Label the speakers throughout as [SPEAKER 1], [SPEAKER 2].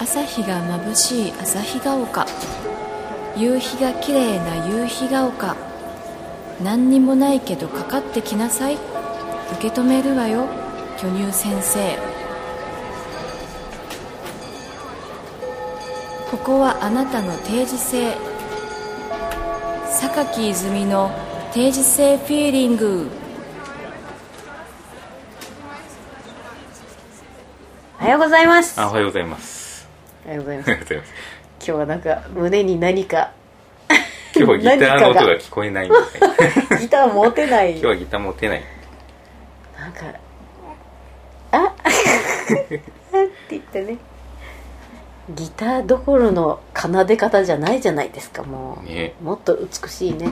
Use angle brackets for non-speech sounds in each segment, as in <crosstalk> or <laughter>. [SPEAKER 1] 朝日が眩しい朝日が丘夕日が綺麗な夕日が丘何にもないけどかかってきなさい受け止めるわよ巨乳先生ここはあなたの定時性榊泉の定時性フィーリング
[SPEAKER 2] おはようございます。
[SPEAKER 3] あお
[SPEAKER 2] おは
[SPEAKER 3] はようございます。 <laughs>
[SPEAKER 2] ようございま
[SPEAKER 3] あ
[SPEAKER 2] す。今
[SPEAKER 3] りがとうございます。
[SPEAKER 2] 日はなんか胸に何か、
[SPEAKER 3] 今日はギターの音が聞こえないみたいな。今
[SPEAKER 2] ギター持てない。
[SPEAKER 3] 日はギター持てない。
[SPEAKER 2] なんか、あ <laughs> って言ってね。ギターどころの奏で方じゃないじゃないですか、もう。
[SPEAKER 3] ね
[SPEAKER 2] もっと美しいね。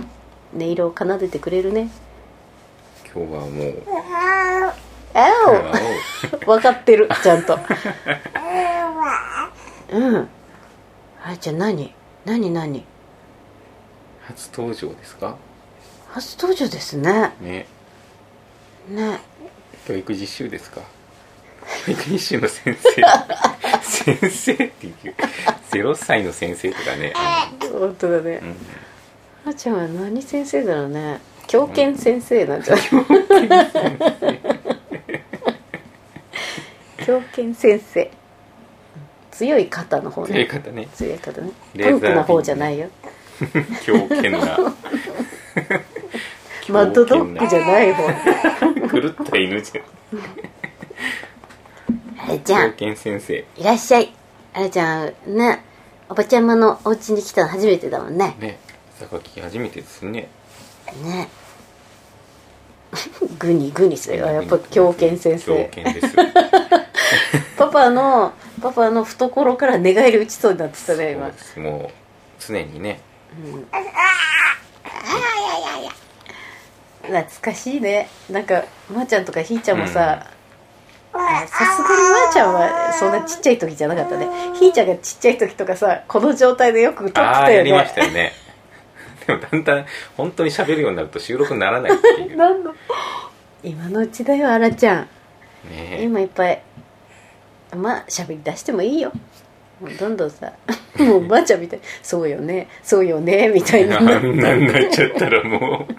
[SPEAKER 2] 音色を奏でてくれるね。
[SPEAKER 3] 今日はもう。
[SPEAKER 2] あ
[SPEAKER 3] あ
[SPEAKER 2] お分かってる、ちゃ <laughs> んと。うん。あれちゃん何何何
[SPEAKER 3] お初登場ですか
[SPEAKER 2] 初登場ですね。
[SPEAKER 3] ね
[SPEAKER 2] ね。
[SPEAKER 3] 教育実習ですか教育実習の先生。先生っていう。0歳の先生とかね。
[SPEAKER 2] 本当だね。
[SPEAKER 3] うん。
[SPEAKER 2] あーちゃんは何先生だろうね狂犬先生なんじゃない狂犬先生強い方の方
[SPEAKER 3] という
[SPEAKER 2] ね
[SPEAKER 3] 方ね。
[SPEAKER 2] 強い方ね
[SPEAKER 3] レ
[SPEAKER 2] パ
[SPEAKER 3] ーザー
[SPEAKER 2] ンクの方じゃないよ
[SPEAKER 3] 狂犬な。
[SPEAKER 2] マッドドッグじゃない方
[SPEAKER 3] 狂った犬じ
[SPEAKER 2] あれち
[SPEAKER 3] ゃ
[SPEAKER 2] ゃ
[SPEAKER 3] ん。狂
[SPEAKER 2] ん
[SPEAKER 3] 犬先生。
[SPEAKER 2] いらっしゃいあれちゃんねおばちゃまのお家に来たの初めてだもんね
[SPEAKER 3] ね。榊初めてですね。
[SPEAKER 2] ね <laughs> グニグニするよやっぱ狂犬先生 <laughs>
[SPEAKER 3] 狂犬です。
[SPEAKER 2] パパのパパの懐から寝返り打ちそうになってたね今
[SPEAKER 3] そうですもう常にね
[SPEAKER 2] 懐かしいねなんかまー、ちゃんとかひーちゃんもさあさすがにまー、ちゃんはそんなちっちゃい時じゃなかったねひーちゃんがちっちゃい時とかさこの状態でよく歌って
[SPEAKER 3] あ
[SPEAKER 2] た
[SPEAKER 3] あや
[SPEAKER 2] よ
[SPEAKER 3] りまし
[SPEAKER 2] ね
[SPEAKER 3] たよね <laughs> でもだんだん本当に喋るようになると収録にならないっていうね
[SPEAKER 2] なんの今のうちだよあらちゃん
[SPEAKER 3] え
[SPEAKER 2] 今いっぱいまあ喋り出してもいいよもうどんどんさ <laughs> もうばあちゃんみたいに「そうよねそうよね」みたい
[SPEAKER 3] <laughs>
[SPEAKER 2] な
[SPEAKER 3] あんなになっちゃったらもう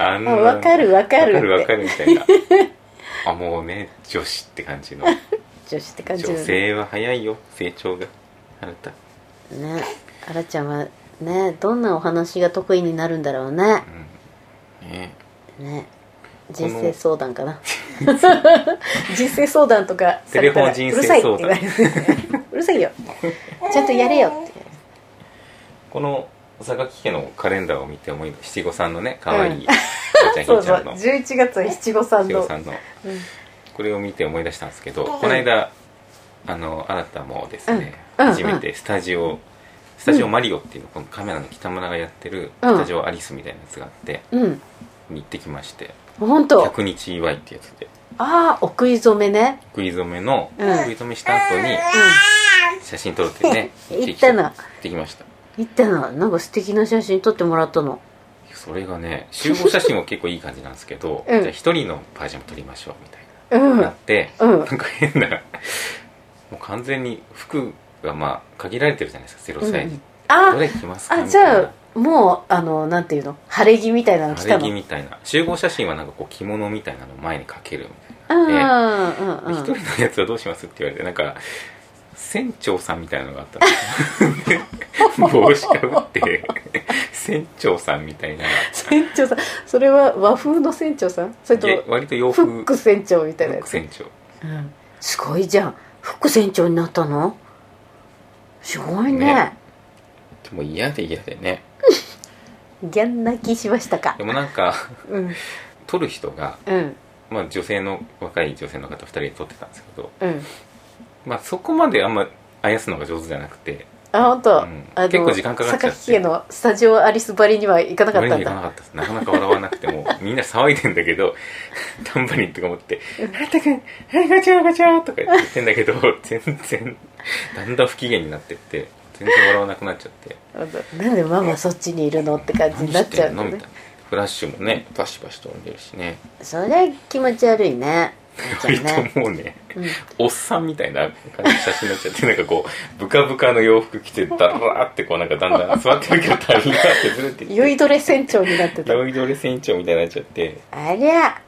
[SPEAKER 3] あん
[SPEAKER 2] あわかるわかる
[SPEAKER 3] わ
[SPEAKER 2] って
[SPEAKER 3] かるわかるみた
[SPEAKER 2] <laughs>
[SPEAKER 3] いなあもうね女子って感じの
[SPEAKER 2] 女子って感じだ
[SPEAKER 3] 女
[SPEAKER 2] ね
[SPEAKER 3] 性は早いよ成長があなたう
[SPEAKER 2] ねあらちゃんはねどんなお話が得意になるんだろうね
[SPEAKER 3] んね
[SPEAKER 2] ね
[SPEAKER 3] この
[SPEAKER 2] 人生相談かな <laughs> 人生相談とかされたら
[SPEAKER 3] テレフォン人生相談
[SPEAKER 2] うるさいって言われるうるさいよちゃんとやれよって
[SPEAKER 3] この榊家のカレンダーを見て思い七五三のね可愛い、
[SPEAKER 2] うん
[SPEAKER 3] おばちゃん
[SPEAKER 2] <laughs>
[SPEAKER 3] ひ
[SPEAKER 2] そ
[SPEAKER 3] ー
[SPEAKER 2] う
[SPEAKER 3] ち
[SPEAKER 2] そ
[SPEAKER 3] ゃ
[SPEAKER 2] うん
[SPEAKER 3] の
[SPEAKER 2] 11月は七五三
[SPEAKER 3] 千代
[SPEAKER 2] の
[SPEAKER 3] さんの
[SPEAKER 2] うん
[SPEAKER 3] これを見て思い出したんですけど、この間あのあなたもですね、
[SPEAKER 2] うんうん
[SPEAKER 3] 初めてスタジオ、スタジオマリオっていうのこのカメラの北村がやってるスタジオアリスみたいなやつがあって、
[SPEAKER 2] うん
[SPEAKER 3] に行ってきまして
[SPEAKER 2] 本当
[SPEAKER 3] 100日祝いってやつで
[SPEAKER 2] ああお食い初めね
[SPEAKER 3] 食い初めの、
[SPEAKER 2] うん
[SPEAKER 3] 食い初めした後に写真撮るってね
[SPEAKER 2] <laughs> 行ったの
[SPEAKER 3] 行ってきました
[SPEAKER 2] 行ったのなんか素敵な写真撮ってもらったの
[SPEAKER 3] それがね集合写真も結構いい感じなんですけど、
[SPEAKER 2] うん
[SPEAKER 3] じゃあ一人のバージョン撮りましょうみたいな
[SPEAKER 2] うんう
[SPEAKER 3] なっ
[SPEAKER 2] ん
[SPEAKER 3] て、
[SPEAKER 2] うん
[SPEAKER 3] なんか変なもう完全に服がまあ限られてるじゃないですか0歳に、ど
[SPEAKER 2] あ
[SPEAKER 3] れ着ますか
[SPEAKER 2] あ
[SPEAKER 3] み
[SPEAKER 2] じ
[SPEAKER 3] たい
[SPEAKER 2] ゃ
[SPEAKER 3] な
[SPEAKER 2] あもうあのなんていうの晴れ着みたいなの着た
[SPEAKER 3] 晴れ
[SPEAKER 2] の
[SPEAKER 3] 着みたいな集合写真はなんかこう着物みたいなのを前にかけるみ
[SPEAKER 2] う
[SPEAKER 3] たい
[SPEAKER 2] んうん
[SPEAKER 3] な
[SPEAKER 2] うんう
[SPEAKER 3] で一、
[SPEAKER 2] ん
[SPEAKER 3] 人のやつはどうしますって言われてなんか船長さんみたいなのがあったの帽子かぶって船長さんみたいな
[SPEAKER 2] 船長さんそれは和風の船長さんそれと
[SPEAKER 3] で割と洋
[SPEAKER 2] フ
[SPEAKER 3] 風
[SPEAKER 2] ック船長みたいな
[SPEAKER 3] フ
[SPEAKER 2] や
[SPEAKER 3] ック
[SPEAKER 2] つ、
[SPEAKER 3] 船
[SPEAKER 2] う
[SPEAKER 3] 長
[SPEAKER 2] ん、すごいじゃんフック船長になったのすごいね
[SPEAKER 3] ねでも嫌で嫌でね
[SPEAKER 2] ギャン泣きしましたか
[SPEAKER 3] でもなんか
[SPEAKER 2] うん
[SPEAKER 3] 撮る人が
[SPEAKER 2] うん
[SPEAKER 3] まあ、女性の若い女性の方2人で撮ってたんですけど、
[SPEAKER 2] うん
[SPEAKER 3] まあ、そこまであんまあやすのが上手じゃなくて
[SPEAKER 2] あ本当、
[SPEAKER 3] うん
[SPEAKER 2] あの
[SPEAKER 3] 結構時間かかっちゃって
[SPEAKER 2] 榊家のスタジオアリスバリには行かなかったん
[SPEAKER 3] 行かな
[SPEAKER 2] だ
[SPEAKER 3] かったですなかなか笑わなくて
[SPEAKER 2] <laughs>
[SPEAKER 3] もうみんな騒いでんだけど「タンバリン」とか持って「あなたくんはいガチャガチャ」とか言ってんだけど全然だんだん不機嫌になってって全然笑わなくなっちゃって
[SPEAKER 2] 本当なんでママそっちにいるのって感じ
[SPEAKER 3] 何
[SPEAKER 2] にな
[SPEAKER 3] し
[SPEAKER 2] っちゃ
[SPEAKER 3] て
[SPEAKER 2] うんんだ
[SPEAKER 3] のみた
[SPEAKER 2] ね
[SPEAKER 3] いなフラッシュもねバシバシ飛んでるしね <laughs>
[SPEAKER 2] そりゃ気持ち悪いねい
[SPEAKER 3] 割
[SPEAKER 2] じゃんね
[SPEAKER 3] ともうね
[SPEAKER 2] うん
[SPEAKER 3] おっさんみたいな感じの写真になっちゃってなんかこうブカブカの洋服着てダラーってこうなんかだんだん座ってるけど足りなってずれて
[SPEAKER 2] 酔いどれ船長になってた
[SPEAKER 3] <laughs> 酔いどれ船長みたいになっちゃって
[SPEAKER 2] ありゃ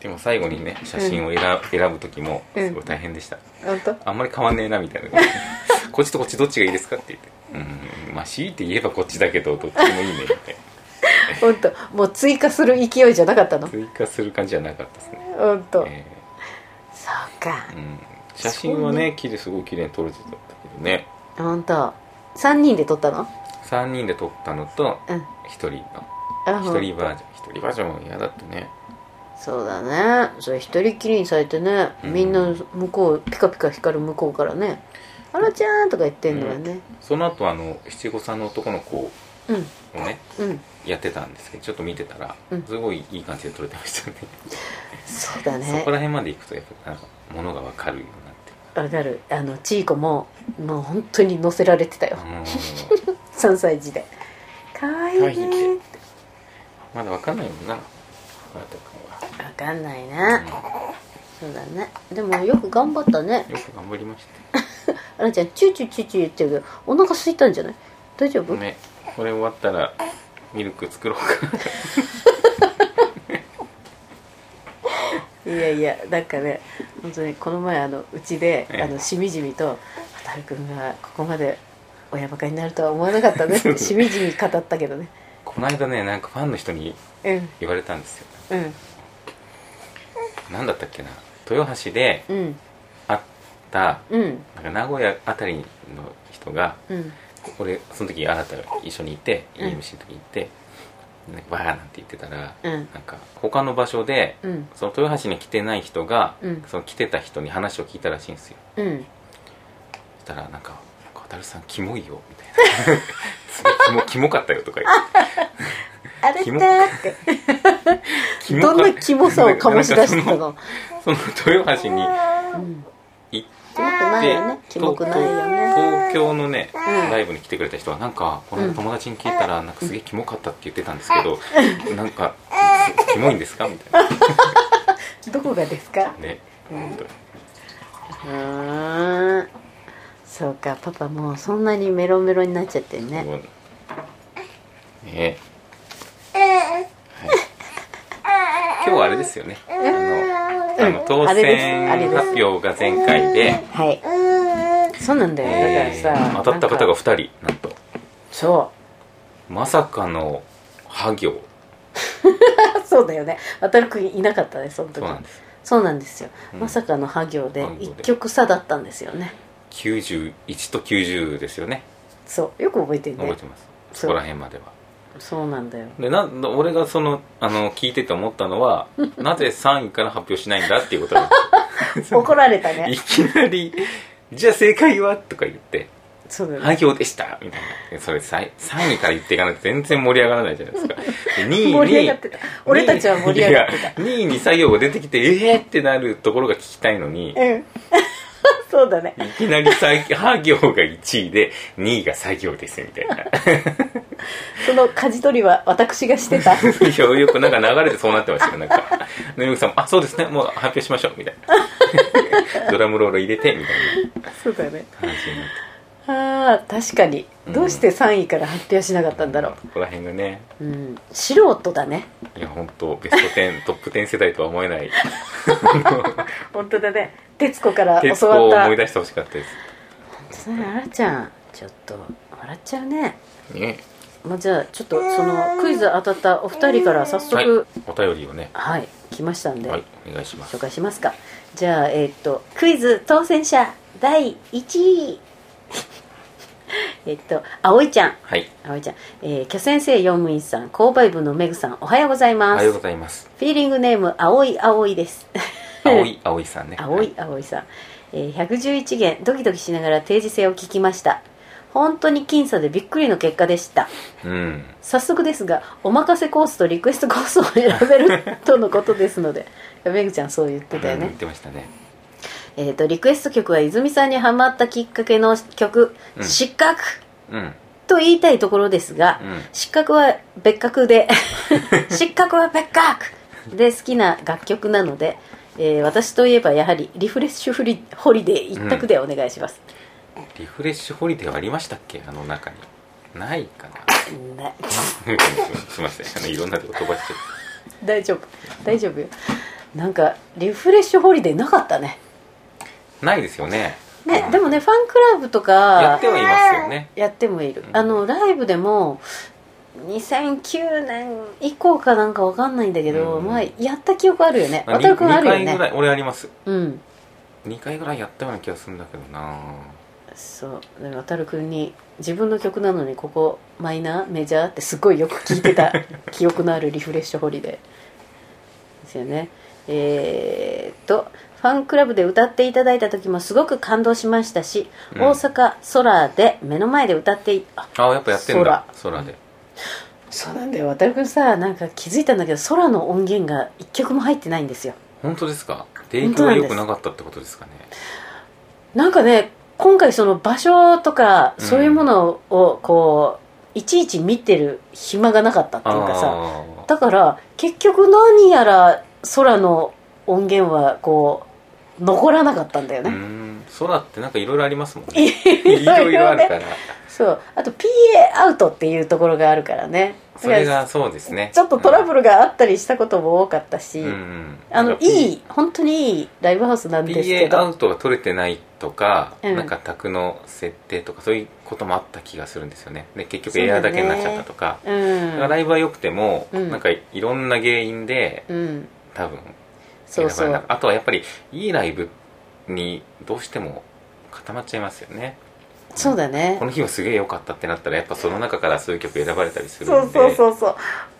[SPEAKER 3] でも最後にね写真を選,、選ぶ時もすごい大変でした、
[SPEAKER 2] 本当
[SPEAKER 3] あんまり変わんねえなみたいなこっちとこっちどっちがいいですかって言ってうんまあ強いて言えばこっちだけどどっちもいいねみたい
[SPEAKER 2] 本当もう追加する勢いじゃなかったの
[SPEAKER 3] な <laughs> 追加する感じじゃなかったですね、
[SPEAKER 2] 本当、
[SPEAKER 3] え
[SPEAKER 2] そうか
[SPEAKER 3] ーうん、写真はねきれいすごい綺麗に撮れてたんだけどね
[SPEAKER 2] 本当三人で撮ったの
[SPEAKER 3] 3人で撮ったのと
[SPEAKER 2] うん
[SPEAKER 3] 1人の
[SPEAKER 2] あ
[SPEAKER 3] 一人バージョン一人バージョンも嫌だったね
[SPEAKER 2] そうだねそれ一人きりにされてね、
[SPEAKER 3] うん
[SPEAKER 2] みんな向こうピカピカ光る向こうからね「あらちゃん」とか言ってんのよね
[SPEAKER 3] その後あの七五三の男の子を
[SPEAKER 2] うん
[SPEAKER 3] ね
[SPEAKER 2] うん、
[SPEAKER 3] やってたんですけどちょっと見てたら
[SPEAKER 2] うん
[SPEAKER 3] すごいいい感じで撮れてましたね、
[SPEAKER 2] そうだ
[SPEAKER 3] そ
[SPEAKER 2] ね
[SPEAKER 3] こら辺まで行くとやっぱなんかものが分かるようになって
[SPEAKER 2] わかるあのちいこももう本当に乗せられてたよ
[SPEAKER 3] あの
[SPEAKER 2] 3歳児でかわいいね
[SPEAKER 3] ー、会議ってまだ分かんないもんなまた君
[SPEAKER 2] わかんないな、そうだねでもよく頑張ったね
[SPEAKER 3] は、うん、よく頑張りまし
[SPEAKER 2] あらちゃんチューチューチューチュー言ってるけどお腹空いたんじゃない大丈夫、
[SPEAKER 3] たねこれ終わったらミルク作ろうか
[SPEAKER 2] いやいやなんかね本当にこの前あのうちで、
[SPEAKER 3] ええ
[SPEAKER 2] あのしみじみと「渡く君がここまで親バカになるとは思わなかったね」ってしみじみ語ったけどね
[SPEAKER 3] この間ねなんかファンの人に
[SPEAKER 2] うん
[SPEAKER 3] 言われたんですよ
[SPEAKER 2] うん
[SPEAKER 3] なんだったっけな豊橋で
[SPEAKER 2] うん
[SPEAKER 3] 会った
[SPEAKER 2] うん
[SPEAKER 3] なんか名古屋あたりの人が
[SPEAKER 2] うん
[SPEAKER 3] 俺その時あなたが一緒にいて
[SPEAKER 2] うん
[SPEAKER 3] EMC の時にいて、なんかバーなんて言ってたら
[SPEAKER 2] うん
[SPEAKER 3] なんか他の場所で
[SPEAKER 2] うん
[SPEAKER 3] その豊橋に来てない人が、
[SPEAKER 2] うん
[SPEAKER 3] その来てた人に話を聞いたらしいんですよ
[SPEAKER 2] うん
[SPEAKER 3] そしたらなんか「小樽さんキモいよ」みたい
[SPEAKER 2] <laughs>
[SPEAKER 3] な「すごいキモキモかったよ」とか言って
[SPEAKER 2] あれ
[SPEAKER 3] キ
[SPEAKER 2] だ
[SPEAKER 3] モ
[SPEAKER 2] ーって
[SPEAKER 3] キモか
[SPEAKER 2] どんなキモさを醸し出して
[SPEAKER 3] <laughs>
[SPEAKER 2] たの
[SPEAKER 3] その豊橋に
[SPEAKER 2] うん
[SPEAKER 3] 行っ
[SPEAKER 2] キモくないよね
[SPEAKER 3] で
[SPEAKER 2] キモくないよね
[SPEAKER 3] 東京のね、
[SPEAKER 2] ん
[SPEAKER 3] ライブに来てくれた人はなんかこの間友達に聞いたらなんかすげえキモかったって言ってたんですけど、なんかす <laughs> キモいんですかみたい
[SPEAKER 2] どこがですか
[SPEAKER 3] なね本当に
[SPEAKER 2] うーんそうかパパもうそんなにメロメロになっちゃってるね
[SPEAKER 3] もうねはい今日はあれですよねあのあの当
[SPEAKER 2] あれですあれで
[SPEAKER 3] 選
[SPEAKER 2] す
[SPEAKER 3] 発表が前回で、
[SPEAKER 2] はいそうなんだよ、
[SPEAKER 3] え
[SPEAKER 2] だから
[SPEAKER 3] ー
[SPEAKER 2] さ
[SPEAKER 3] 当たった方
[SPEAKER 2] な
[SPEAKER 3] が
[SPEAKER 2] んか
[SPEAKER 3] 2人なんと
[SPEAKER 2] そう
[SPEAKER 3] まさかの破行
[SPEAKER 2] そうだよね渡るくんいなかったねその時
[SPEAKER 3] そうなんです
[SPEAKER 2] そうなんですよ、
[SPEAKER 3] うん
[SPEAKER 2] まさかの破行で
[SPEAKER 3] 破行で
[SPEAKER 2] 1曲差だったんですよね
[SPEAKER 3] 91と90ですよね
[SPEAKER 2] そうよく覚えてる
[SPEAKER 3] 覚え
[SPEAKER 2] ね
[SPEAKER 3] てます
[SPEAKER 2] そ
[SPEAKER 3] そこら
[SPEAKER 2] う
[SPEAKER 3] 辺までは
[SPEAKER 2] そうなんだよ
[SPEAKER 3] でな俺がそのあの聞いてて思ったのはなぜ3位から発表しないんだっていうことなんですよ
[SPEAKER 2] 怒られた <laughs>
[SPEAKER 3] い
[SPEAKER 2] ね
[SPEAKER 3] きなり「じゃあ正解は?」とか言って
[SPEAKER 2] そうだ
[SPEAKER 3] 「
[SPEAKER 2] よね、
[SPEAKER 3] 反響でした」みたいなそれ 3, 三位から言っていかないと全然盛り上がらないじゃないですかで2位
[SPEAKER 2] 盛り上がってた俺たちは盛り上がってた
[SPEAKER 3] 2位に作業が出てきてええー、ってなるところが聞きたいのに
[SPEAKER 2] うん <laughs> そうだね
[SPEAKER 3] いきなり作業は行が1位で2位が作業ですみたいな
[SPEAKER 2] その舵取りは私がしてた
[SPEAKER 3] いやよくなんか流れてそうなってましたよなんかでよくさんも「あそうですねもう発表しましょう」みたいな <laughs> ドラムロール入れてみたいな
[SPEAKER 2] <laughs> そうだね
[SPEAKER 3] 感じになっ
[SPEAKER 2] あー確かに
[SPEAKER 3] うん
[SPEAKER 2] どうして3位から発表しなかったたんだろ
[SPEAKER 3] そこら辺がね
[SPEAKER 2] う、うん、素人だね
[SPEAKER 3] いや本当ベスト10トップ10世代とは思えない
[SPEAKER 2] 本当だね徹子から
[SPEAKER 3] 鉄
[SPEAKER 2] 教
[SPEAKER 3] 鋼
[SPEAKER 2] わ
[SPEAKER 3] を
[SPEAKER 2] った
[SPEAKER 3] 思い出してほしかったです
[SPEAKER 2] そうねあらちゃんちょっと笑っちゃうね
[SPEAKER 3] ね
[SPEAKER 2] まあ、じゃあちょっとそのクイズ当たったお二人から早
[SPEAKER 3] はい
[SPEAKER 2] 速
[SPEAKER 3] お便りをね
[SPEAKER 2] はい、来ましたんで、
[SPEAKER 3] はいお願いしま
[SPEAKER 2] 紹
[SPEAKER 3] す
[SPEAKER 2] 介しますかじゃあえーっとクイズ当選者第1位 <laughs> えっと葵ちゃん
[SPEAKER 3] はい
[SPEAKER 2] 葵ちゃん、えー、巨先生用務員さん購買部のめぐさんおはようござい
[SPEAKER 3] お
[SPEAKER 2] ま
[SPEAKER 3] は
[SPEAKER 2] す
[SPEAKER 3] ようございます
[SPEAKER 2] フィーリングネーム葵葵です
[SPEAKER 3] 葵葵さんね
[SPEAKER 2] 青い青いさん、えー111元ドキドキしながら定時制を聞きました本当に僅差でびっくりの結果でした
[SPEAKER 3] うん
[SPEAKER 2] 早速ですがお任せコースとリクエストコースを選べるとのことですので <laughs> めぐちゃんそう言ってたよ
[SPEAKER 3] うん言
[SPEAKER 2] ね
[SPEAKER 3] っ、てましたね
[SPEAKER 2] えっ、とリクエスト曲は泉さんにハマったきっかけの曲「
[SPEAKER 3] うん
[SPEAKER 2] 失格
[SPEAKER 3] うんうん」
[SPEAKER 2] と言いたいところですが、失格は
[SPEAKER 3] <laughs>
[SPEAKER 2] 別格で失格は別格で好きな楽曲なので、えー私といえばやはりリフレッシュフリホリデー一択でお願いします、
[SPEAKER 3] リフレッシュホリデーはありましたっけあの中にないかな <laughs>
[SPEAKER 2] な
[SPEAKER 3] すいませんあのいろんなとこ飛ばしちゃっ
[SPEAKER 2] <laughs> 大丈夫大丈夫よなんかリフレッシュホリデーなかったね
[SPEAKER 3] てないですよね
[SPEAKER 2] ねでもねファンクラブと
[SPEAKER 3] やっ
[SPEAKER 2] か
[SPEAKER 3] てはいますよね
[SPEAKER 2] やってもいる、
[SPEAKER 3] うん
[SPEAKER 2] あのライブでも2009年以降かなんかわかんないんだけど、
[SPEAKER 3] うん
[SPEAKER 2] まあやった記憶あるよね
[SPEAKER 3] あ
[SPEAKER 2] 渡
[SPEAKER 3] に
[SPEAKER 2] るくんあるよ
[SPEAKER 3] 二回ぐ
[SPEAKER 2] ね
[SPEAKER 3] らい俺あります
[SPEAKER 2] うん
[SPEAKER 3] 2回ぐらいやったような気がするんだけどな
[SPEAKER 2] そうで渡るくんに自分の曲なのにここマイナーメジャーってすごいよく聞いて
[SPEAKER 3] <laughs>
[SPEAKER 2] た記憶のあるリフレッシュホリデーですよねえーっとファンクラブで歌っていただいた時もすごく感動しましたし、
[SPEAKER 3] うん
[SPEAKER 2] 大阪空で目の前で歌っていあ
[SPEAKER 3] あやっぱやってんだ空で
[SPEAKER 2] そうなんだよ渡るくんさなんか気づいたんだけど空の音源が一曲も入ってないんですよ
[SPEAKER 3] 本当ですか提供が良くなかったってことですかね
[SPEAKER 2] なんかね今回その場所とか
[SPEAKER 3] うん
[SPEAKER 2] そういうものをこういちいち見てる暇がなかったっていうかさ
[SPEAKER 3] あー
[SPEAKER 2] だから結局何やら空の音源はこう残らなかったんだよ
[SPEAKER 3] う
[SPEAKER 2] ね、
[SPEAKER 3] ん空ってなんかいろいろありますも
[SPEAKER 2] <laughs>
[SPEAKER 3] んねいろいろあるから
[SPEAKER 2] そうあと PA アウトっていうところがあるからね
[SPEAKER 3] それがそうですね
[SPEAKER 2] ちょっとトラブ
[SPEAKER 3] ル
[SPEAKER 2] ルがあったりしたことも多かったし、
[SPEAKER 3] うんうん
[SPEAKER 2] あの
[SPEAKER 3] なんか
[SPEAKER 2] いい本当にいいライブハウスなんですけ
[SPEAKER 3] PA ア
[SPEAKER 2] ど
[SPEAKER 3] ウトが取れてないとか、
[SPEAKER 2] うん
[SPEAKER 3] なんか宅の設定とかそういうこともあった気がするんですよねで結局
[SPEAKER 2] そうだね
[SPEAKER 3] エアーだけになっちゃったとか
[SPEAKER 2] う
[SPEAKER 3] だから
[SPEAKER 2] ん
[SPEAKER 3] ライブは良くても、
[SPEAKER 2] うん
[SPEAKER 3] なんかいろんな原因で
[SPEAKER 2] うん
[SPEAKER 3] 多分
[SPEAKER 2] そうそ
[SPEAKER 3] 選ばれな
[SPEAKER 2] う
[SPEAKER 3] かったあとはやっぱりいいライブにどうしても固まっちゃいますよね
[SPEAKER 2] そうだね
[SPEAKER 3] この日はすげえ良かったってなったらやっぱその中からそういう曲選ばれたりする
[SPEAKER 2] そ
[SPEAKER 3] ん
[SPEAKER 2] う
[SPEAKER 3] で
[SPEAKER 2] そうそうそう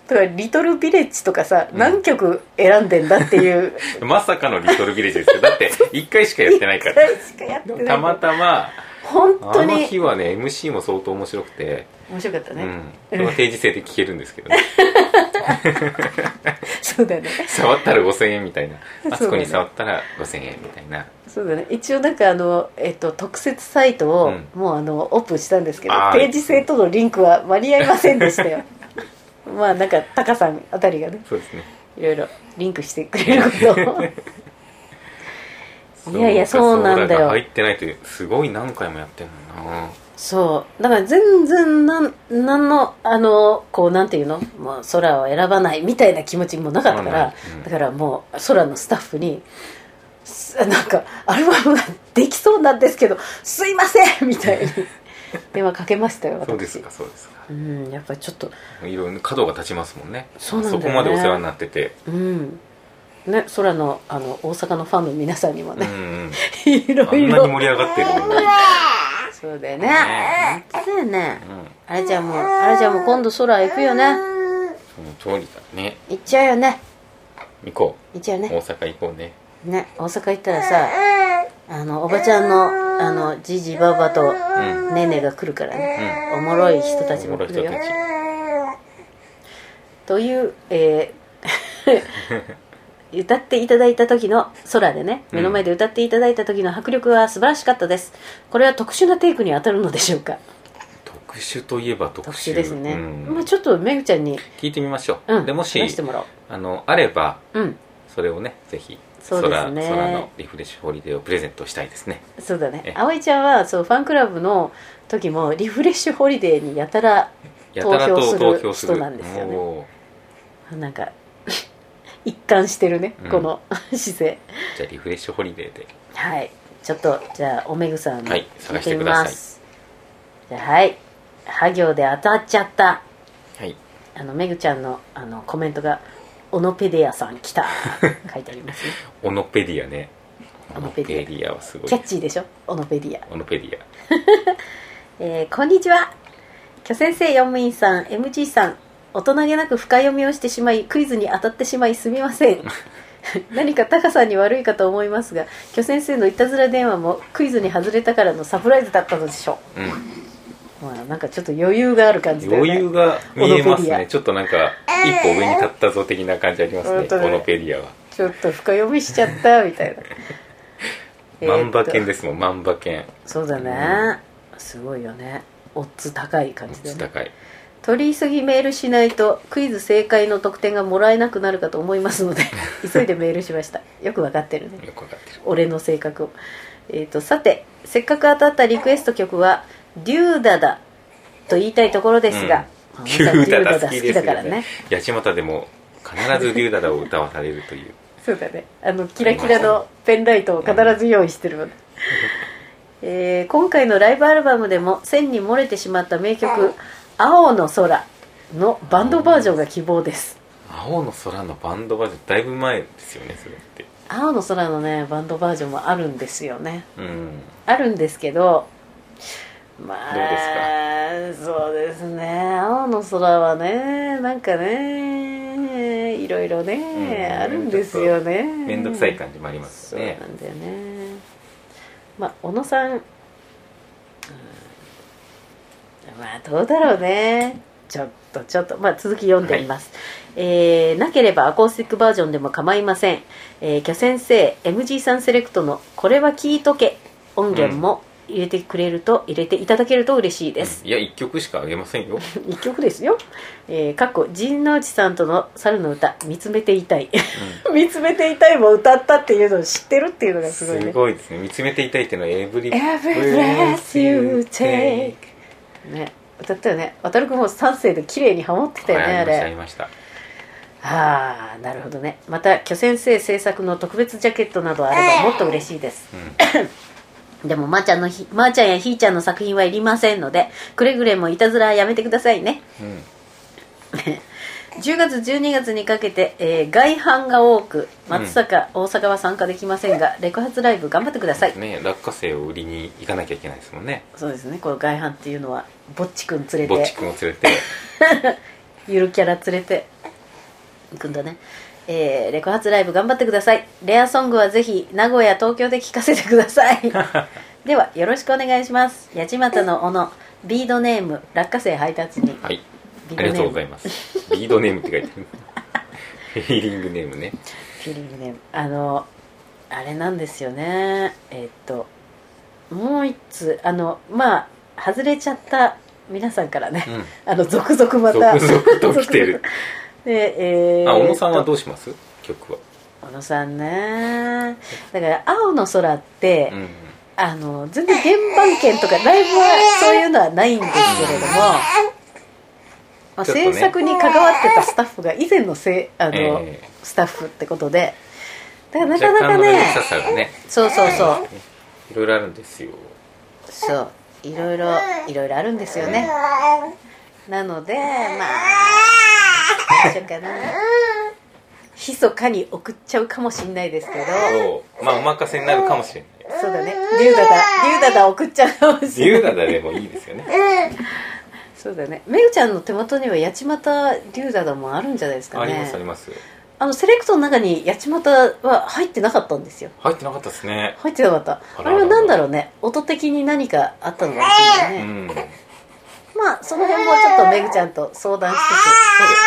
[SPEAKER 2] だから「リトルビレッジ」とかさ、
[SPEAKER 3] うん
[SPEAKER 2] 何曲選んでんだっていう
[SPEAKER 3] <laughs> まさかのリトルビレッジですよ
[SPEAKER 2] <laughs>
[SPEAKER 3] だって1回しかやってないから
[SPEAKER 2] しかやって <laughs> ない
[SPEAKER 3] たまたま
[SPEAKER 2] 本当
[SPEAKER 3] あの日
[SPEAKER 2] に
[SPEAKER 3] はね MC も相当面白くて、
[SPEAKER 2] 面白かったね、
[SPEAKER 3] うんその定時制で聴けるんですけどね
[SPEAKER 2] そうだね
[SPEAKER 3] 触ったら5000円みたいな
[SPEAKER 2] そう
[SPEAKER 3] あそこに触ったら5000円みたいな
[SPEAKER 2] そうだね一応なんかあの、えっと、特設サイトを、
[SPEAKER 3] うん
[SPEAKER 2] もうあのオープンしたんですけど
[SPEAKER 3] あー
[SPEAKER 2] ページ制とのリンクは間に合いませんでした
[SPEAKER 3] <laughs>
[SPEAKER 2] よまあなんかタカさんあたりがね
[SPEAKER 3] そうですね
[SPEAKER 2] いろいろリンクしてくれることをいやいやそうなんだ
[SPEAKER 3] ソーダ
[SPEAKER 2] よ
[SPEAKER 3] が入ってないというすごい何回もやってるもんな
[SPEAKER 2] そうだから全然なんなんのあのこうなんていうのもう空を選ばないみたいな気持ちもなかったから、
[SPEAKER 3] うん
[SPEAKER 2] だからもう空のスタッフにすなんかアルバムができそうなんですけどすいませんみたい
[SPEAKER 3] <laughs>
[SPEAKER 2] に電話かけましたよ私
[SPEAKER 3] そうですかそうですか
[SPEAKER 2] うんやっぱりちょっと
[SPEAKER 3] いろいろ角が立ちますもんね
[SPEAKER 2] そうなんだよね
[SPEAKER 3] こまでお世話になってて
[SPEAKER 2] うんね空のあの大阪のファンの皆さんにも
[SPEAKER 3] うん
[SPEAKER 2] ね、 <laughs>
[SPEAKER 3] うん
[SPEAKER 2] いろ
[SPEAKER 3] あん
[SPEAKER 2] い
[SPEAKER 3] なに
[SPEAKER 2] ろ
[SPEAKER 3] 盛り上がってるのに、
[SPEAKER 2] そうだよね
[SPEAKER 3] ね
[SPEAKER 2] 本当だよね
[SPEAKER 3] うん、
[SPEAKER 2] あれちゃんもあれちゃんも今度空行くよね
[SPEAKER 3] その通りだね
[SPEAKER 2] 行っちゃうよね
[SPEAKER 3] 行こ
[SPEAKER 2] 行っちゃう
[SPEAKER 3] う
[SPEAKER 2] ね
[SPEAKER 3] 大阪行こうね
[SPEAKER 2] ね大阪行ったらさあのおばちゃんのあのじいじばばと
[SPEAKER 3] うん
[SPEAKER 2] ねーねーが来るからね
[SPEAKER 3] うん
[SPEAKER 2] おもろい人たち
[SPEAKER 3] おも
[SPEAKER 2] も
[SPEAKER 3] ろ
[SPEAKER 2] 来
[SPEAKER 3] い
[SPEAKER 2] るよ
[SPEAKER 3] 人たち
[SPEAKER 2] という、え
[SPEAKER 3] <laughs>
[SPEAKER 2] ー歌っていただいた時の空でね目の前で歌っていただいた時の迫力は素晴らしかったですこれは特殊なテイクに当たるのでしょうか
[SPEAKER 3] 特殊といえば特殊
[SPEAKER 2] 特殊ですね、
[SPEAKER 3] うん
[SPEAKER 2] まあ、ちょっとめぐちゃんに、
[SPEAKER 3] 聞いてみましょう、
[SPEAKER 2] うん、
[SPEAKER 3] でもし
[SPEAKER 2] 話してもらおう
[SPEAKER 3] あのあれば
[SPEAKER 2] うん
[SPEAKER 3] それをねぜひ
[SPEAKER 2] そうで
[SPEAKER 3] 空,、
[SPEAKER 2] すね
[SPEAKER 3] 空のリフレッシュホリデーをプレゼントしたいですね
[SPEAKER 2] そうだね
[SPEAKER 3] え
[SPEAKER 2] 葵ちゃんはそうファンクラブの時もリフレッシュホリデーにやたら
[SPEAKER 3] やたらと
[SPEAKER 2] 投
[SPEAKER 3] 投
[SPEAKER 2] 票
[SPEAKER 3] 票
[SPEAKER 2] す
[SPEAKER 3] す
[SPEAKER 2] る
[SPEAKER 3] る
[SPEAKER 2] 人なんですよね
[SPEAKER 3] おー
[SPEAKER 2] なんか <laughs> 一貫してるね、
[SPEAKER 3] うん
[SPEAKER 2] この <laughs> 姿勢
[SPEAKER 3] じゃあリフレッシュホリデーで
[SPEAKER 2] はいちょっとじゃあおめぐさん
[SPEAKER 3] はい
[SPEAKER 2] 聞
[SPEAKER 3] 探
[SPEAKER 2] い
[SPEAKER 3] してて
[SPEAKER 2] み
[SPEAKER 3] ください
[SPEAKER 2] ますじゃあはいは行で当たっちゃった
[SPEAKER 3] はい
[SPEAKER 2] あのめぐちゃんのあのコメントが「オノペディアさん来
[SPEAKER 3] <laughs>
[SPEAKER 2] た」書いてありますね
[SPEAKER 3] オノペディアね
[SPEAKER 2] オ
[SPEAKER 3] オ
[SPEAKER 2] ノ
[SPEAKER 3] ノ
[SPEAKER 2] ペ
[SPEAKER 3] ペ
[SPEAKER 2] ディア
[SPEAKER 3] ディアはすごい
[SPEAKER 2] キャッチーでしょオノペディア、
[SPEAKER 3] オノペディア
[SPEAKER 2] えーこんにちは巨先生四務員さん MG さん大人げなく深読みをしてしまいクイズに当たってしまいすみません <laughs> 何かタカさんに悪いかと思いますが巨先生のいたずら電話もクイズに外れたからのサプライズだったのでしょう
[SPEAKER 3] うん
[SPEAKER 2] まあ、なんかちょっと余裕がある感じだよね
[SPEAKER 3] 余裕が見えます
[SPEAKER 2] オノペディア
[SPEAKER 3] ねちょっとなんか一歩上に立ったぞ的な感じあります
[SPEAKER 2] 本
[SPEAKER 3] ね
[SPEAKER 2] 当だね
[SPEAKER 3] オノペディアは
[SPEAKER 2] ちょっと深読みしちゃったみたいな <laughs>
[SPEAKER 3] 万馬券
[SPEAKER 2] で
[SPEAKER 3] ですもん万馬券
[SPEAKER 2] そうだね、すごいよねオッズ高い感じだよね
[SPEAKER 3] 高い
[SPEAKER 2] 取り急ぎメールしないとクイズ正解の得点がもらえなくなるかと思いますの
[SPEAKER 3] <laughs>
[SPEAKER 2] で急いでメールしましたよくわかってるね
[SPEAKER 3] よくわかってる
[SPEAKER 2] 俺の性格を、えー、とさてせっかく当たったリクエスト曲は「デューダダ」と言いたいところですが、まあ
[SPEAKER 3] リュウダダ好
[SPEAKER 2] デ
[SPEAKER 3] き
[SPEAKER 2] ューダダ好き
[SPEAKER 3] です
[SPEAKER 2] だ
[SPEAKER 3] よ
[SPEAKER 2] から
[SPEAKER 3] ね
[SPEAKER 2] ね
[SPEAKER 3] 八街でも必ずリュウダダを歌わされるという
[SPEAKER 2] そうだねあのキラキラのペンライトを必ず用意してるわ、えー今回のライブアルバムでも線に漏れてしまった名曲「青の空」のバンドバージョンが希望です
[SPEAKER 3] 青の空のバンドバージョンだいぶ前ですよねそれって
[SPEAKER 2] 青の空のねバンドバージョンもあるんですよね
[SPEAKER 3] うん
[SPEAKER 2] あるんですけどま
[SPEAKER 3] どう
[SPEAKER 2] あそうですね青の空はねなんかねいろいろね、
[SPEAKER 3] うん
[SPEAKER 2] あるんですよね
[SPEAKER 3] 面倒くさい感じもあります
[SPEAKER 2] そう
[SPEAKER 3] よね
[SPEAKER 2] なんだよねまあ小野さん、うんまあどうだろうねちょっとちょっとまあ続き読んでみます、えーなければアコースティックバージョンでも構いません、えー、キョ先生 MG さんセレクトの「これは聞いとけ」音源も入れてくれると、入れていただけると嬉しいです、
[SPEAKER 3] いや1曲しかあげませんよ
[SPEAKER 2] 一曲ですよ、えー、過去陣内さんとの猿の歌見つめていたい <laughs> 見つめていたいも歌ったっていうのを知ってるっていうのがすごい
[SPEAKER 3] す
[SPEAKER 2] ね
[SPEAKER 3] ごいですね見つめていたいっていうのはエブリ
[SPEAKER 2] Every breath you take ね歌ったよね渡るくんも3世で綺麗にハモってたよね
[SPEAKER 3] はい
[SPEAKER 2] あれ
[SPEAKER 3] ありましたありまし
[SPEAKER 2] ああなるほどねまた巨先生制作の特別ジャケットなどあればもっと嬉しいです、でもまーちゃんのひまーちゃんやひーちゃんの作品はいりませんのでくれぐれもいたずらはやめてくださいね
[SPEAKER 3] たうん
[SPEAKER 2] 10月12月にかけて、えー外販が多く松坂、大阪は参加できませんがレコ発ライブ頑張ってくだ <laughs> さい
[SPEAKER 3] ね落花生を売りに行かなきゃいけないですもんね
[SPEAKER 2] そうですねこの外販っていうのはぼっちくん連れ
[SPEAKER 3] ぼっち
[SPEAKER 2] て
[SPEAKER 3] くんを連れて
[SPEAKER 2] ゆるキャラ連れて行くんだねえーレコ発ライブ頑張ってくださいレアソングはぜひ名古屋東京で聴かせてくだ
[SPEAKER 3] <laughs>
[SPEAKER 2] さいではよろしくお願いします八街の斧ビードネーム落花生配達に
[SPEAKER 3] はい
[SPEAKER 2] ビードネーム
[SPEAKER 3] ありがとうございますリードネームって書いてあるフィーリングネームね
[SPEAKER 2] フィーリングネームあのあれなんですよねえっともう一つあのまあ外れちゃった皆さんからね、
[SPEAKER 3] う
[SPEAKER 2] あの続々また
[SPEAKER 3] 続々と来てる
[SPEAKER 2] <laughs> でえ
[SPEAKER 3] ん
[SPEAKER 2] ー
[SPEAKER 3] あ小野さんはど
[SPEAKER 2] う
[SPEAKER 3] うします曲は
[SPEAKER 2] 小野さんねだから「青の空」って、
[SPEAKER 3] うん
[SPEAKER 2] あの全然原版権とかライブはそういうのはないんですけれども、まあ、
[SPEAKER 3] ちょっとね
[SPEAKER 2] 制作に関わってたスタッフが以前のせあの、
[SPEAKER 3] ええ
[SPEAKER 2] スタッフってことでだからな
[SPEAKER 3] 若
[SPEAKER 2] かなか
[SPEAKER 3] 干の
[SPEAKER 2] ね
[SPEAKER 3] めんどくささがね
[SPEAKER 2] そうそうそう
[SPEAKER 3] いろいろあるんですよ
[SPEAKER 2] そういろいろいろいろあるんですよねなのでまあどうしようかな密かに送っちゃうかもしんないですけど
[SPEAKER 3] そうまあお任せになるかもしれない
[SPEAKER 2] そうだね龍ダだ龍ダだ送っちゃうかもし
[SPEAKER 3] リュ
[SPEAKER 2] ん
[SPEAKER 3] ウ
[SPEAKER 2] ない
[SPEAKER 3] ダダでもいいですよね
[SPEAKER 2] そうだねめぐちゃんの手元には八街龍ダだもあるんじゃないですか
[SPEAKER 3] ありますあり
[SPEAKER 2] ね
[SPEAKER 3] ます
[SPEAKER 2] あのセレクトの中に八街は入ってなかったんですよ
[SPEAKER 3] 入ってなかったですね
[SPEAKER 2] 入ってなかった
[SPEAKER 3] あらあ
[SPEAKER 2] あ
[SPEAKER 3] ら
[SPEAKER 2] れは何だろうね音的に何かあったのかもしれないうね、
[SPEAKER 3] ん
[SPEAKER 2] まあその辺もちょっとめぐちゃんと相談しつつ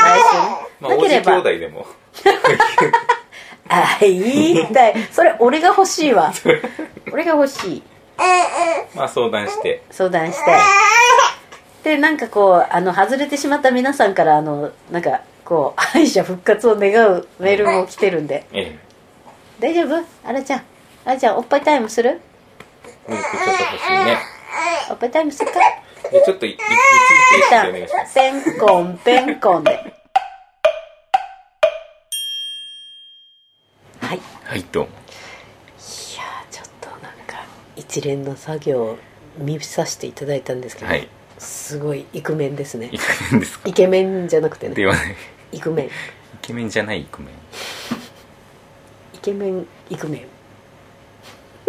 [SPEAKER 3] ま
[SPEAKER 2] 来週ね
[SPEAKER 3] あ
[SPEAKER 2] な
[SPEAKER 3] 王
[SPEAKER 2] け
[SPEAKER 3] 子
[SPEAKER 2] れ
[SPEAKER 3] 兄
[SPEAKER 2] ば
[SPEAKER 3] 弟でも
[SPEAKER 2] あ言いたいそれ俺が欲しい
[SPEAKER 3] <laughs>
[SPEAKER 2] わ俺が欲しい
[SPEAKER 3] まあ相談して
[SPEAKER 2] 相談してでなんかこうあの外れてしまった皆さんからあのなんかこう敗者復活を願うメールも来てるんで
[SPEAKER 3] ええ
[SPEAKER 2] 大丈夫あらちゃんあらちゃんおっぱいタイムする
[SPEAKER 3] ミルクちょっと欲しいね
[SPEAKER 2] おっぱいタイムするか
[SPEAKER 3] でちょっといいいちいち
[SPEAKER 2] じゃあ
[SPEAKER 3] お願いし
[SPEAKER 2] <laughs>
[SPEAKER 3] ます
[SPEAKER 2] ペンコンペンコンではい
[SPEAKER 3] はいどうも
[SPEAKER 2] いやーちょっとなんか一連の作業を見させていただいたんですけど、
[SPEAKER 3] はい
[SPEAKER 2] すごいイクメンですね
[SPEAKER 3] イケメンですか
[SPEAKER 2] イケメンじゃなくて
[SPEAKER 3] で
[SPEAKER 2] ね
[SPEAKER 3] はないイ
[SPEAKER 2] イクメンイ
[SPEAKER 3] ケメンじゃ <laughs> ないイクメン
[SPEAKER 2] ケメンイクメン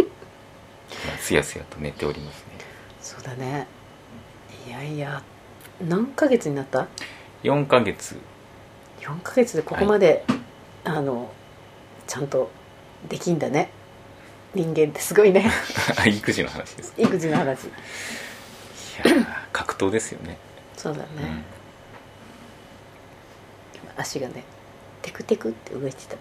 [SPEAKER 3] まあすやすやと寝ておりますね
[SPEAKER 2] そうだねいやいや何ヶ月になった
[SPEAKER 3] 4ヶ月 <laughs>
[SPEAKER 2] 4ヶ月でここまで、あのちゃんとできんだね人間ってすごい <laughs> ね
[SPEAKER 3] あ育児の話です
[SPEAKER 2] 育児の話
[SPEAKER 3] いやー格闘ですよね、
[SPEAKER 2] そうだね、
[SPEAKER 3] うん
[SPEAKER 2] 足がねテクテクって動いてた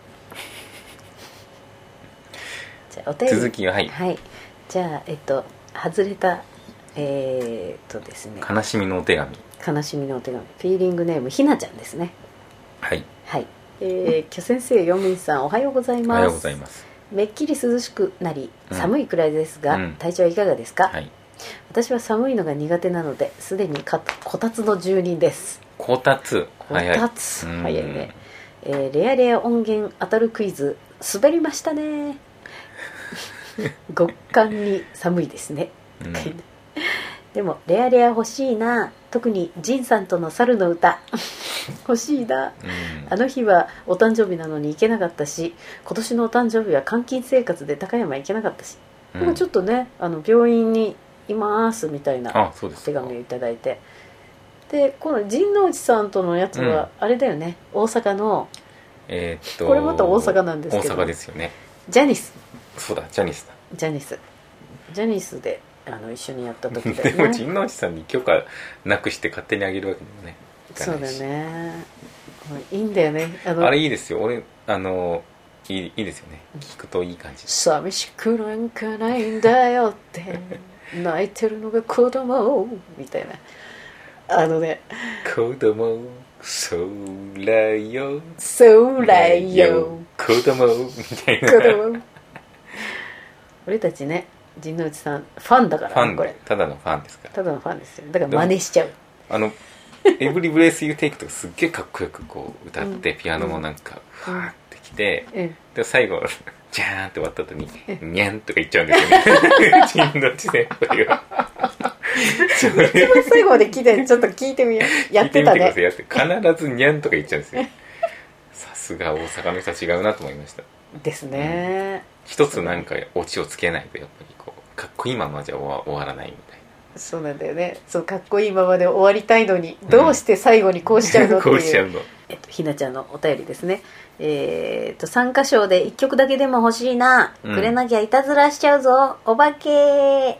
[SPEAKER 2] じゃあお便り
[SPEAKER 3] 続きははい
[SPEAKER 2] はいじゃあえっと外れたえー、っとですね
[SPEAKER 3] 悲しみのお手紙
[SPEAKER 2] 悲しみのお手紙フィーリングネームひなちゃんですね
[SPEAKER 3] はい
[SPEAKER 2] はいえー、巨先生よむいさんおはようござい
[SPEAKER 3] お
[SPEAKER 2] ます
[SPEAKER 3] はようございます
[SPEAKER 2] めっきり涼しくなり
[SPEAKER 3] うん
[SPEAKER 2] 寒いくらいですが、
[SPEAKER 3] うん
[SPEAKER 2] 体調はいかがですか、
[SPEAKER 3] はい
[SPEAKER 2] 私は寒いのが苦手なのですでにかこたつの住人です
[SPEAKER 3] こたつ
[SPEAKER 2] こ
[SPEAKER 3] はいは
[SPEAKER 2] た
[SPEAKER 3] い
[SPEAKER 2] つ
[SPEAKER 3] うん
[SPEAKER 2] 早いね、えーレアレア音源当たるクイズ滑りました
[SPEAKER 3] <laughs>
[SPEAKER 2] ね極寒に寒いですね、
[SPEAKER 3] うん
[SPEAKER 2] でもレアレア欲しいな特にジンさんとの猿の歌欲しいな
[SPEAKER 3] うん
[SPEAKER 2] あの日はお誕生日なのに行けなかったし今年のお誕生日は監禁生活で高山行けなかったし、
[SPEAKER 3] うん
[SPEAKER 2] でもちょっとねあの病院にいますみたいな
[SPEAKER 3] あそうです
[SPEAKER 2] 手紙をいただいてでこの陣内さんとのやつはあれだよね、大阪の
[SPEAKER 3] えーっと
[SPEAKER 2] これまた大阪なんですけど
[SPEAKER 3] 大阪ですよね
[SPEAKER 2] ジャニス
[SPEAKER 3] そうだジャニスだ
[SPEAKER 2] ジャニスジャニスであの一緒にやった時だ
[SPEAKER 3] で
[SPEAKER 2] よ
[SPEAKER 3] も
[SPEAKER 2] ね
[SPEAKER 3] 陣内さんに許可なくして勝手にあげるわけにもねいか
[SPEAKER 2] そ
[SPEAKER 3] な
[SPEAKER 2] う
[SPEAKER 3] い
[SPEAKER 2] だ
[SPEAKER 3] し
[SPEAKER 2] ねいいんだよねあの
[SPEAKER 3] あれいいですよ俺あのいいいいですよね聞くといい感じ
[SPEAKER 2] 寂しくなんかないんだよって泣いてるのが子供みたいなあのね
[SPEAKER 3] 子供空よ
[SPEAKER 2] 「そうだよ
[SPEAKER 3] 子供みたい
[SPEAKER 2] 子
[SPEAKER 3] な
[SPEAKER 2] 供」俺たちね陣内さんファンだか
[SPEAKER 3] フ
[SPEAKER 2] ら
[SPEAKER 3] ァ
[SPEAKER 2] ね
[SPEAKER 3] ン
[SPEAKER 2] これ
[SPEAKER 3] でただのファンですから
[SPEAKER 2] ただのファンですよだから真似しちゃう
[SPEAKER 3] あの <laughs> 「エブリブレイス・ユー・テイク」とかすっげえかっこよくこう歌って、ピアノもなんかふわーってきて、
[SPEAKER 2] うん
[SPEAKER 3] で最後 <laughs> ジャーンって終わっ
[SPEAKER 2] <laughs>
[SPEAKER 3] た後に「にゃん」とか言っちゃうんですよね陣内先輩が
[SPEAKER 2] 一番最後まで聞いてちょっと聞いてみよ
[SPEAKER 3] <laughs>
[SPEAKER 2] うやってた
[SPEAKER 3] 聞いてみてくだ
[SPEAKER 2] ね
[SPEAKER 3] さいやって必ず「にゃん」とか言っちゃうんで
[SPEAKER 2] <laughs>
[SPEAKER 3] すよさすが大阪の人は違うなと思いました
[SPEAKER 2] ですね、
[SPEAKER 3] 一つなんかオチをつけないとやっぱりこうかっこいいままじゃ終わ終わらないみたい
[SPEAKER 2] そうなんだよねそうかっこいいままで終わりたいのにどうして最後にこうしちゃうの
[SPEAKER 3] な
[SPEAKER 2] って
[SPEAKER 3] <laughs> こうしち
[SPEAKER 2] い
[SPEAKER 3] ゃ
[SPEAKER 2] う
[SPEAKER 3] うの
[SPEAKER 2] えっと、ひなちゃんのお便りですね。えーっと、参加賞で一曲だけでも欲しいな。
[SPEAKER 3] うん
[SPEAKER 2] くれなきゃいたずらしちゃうぞ。お化け。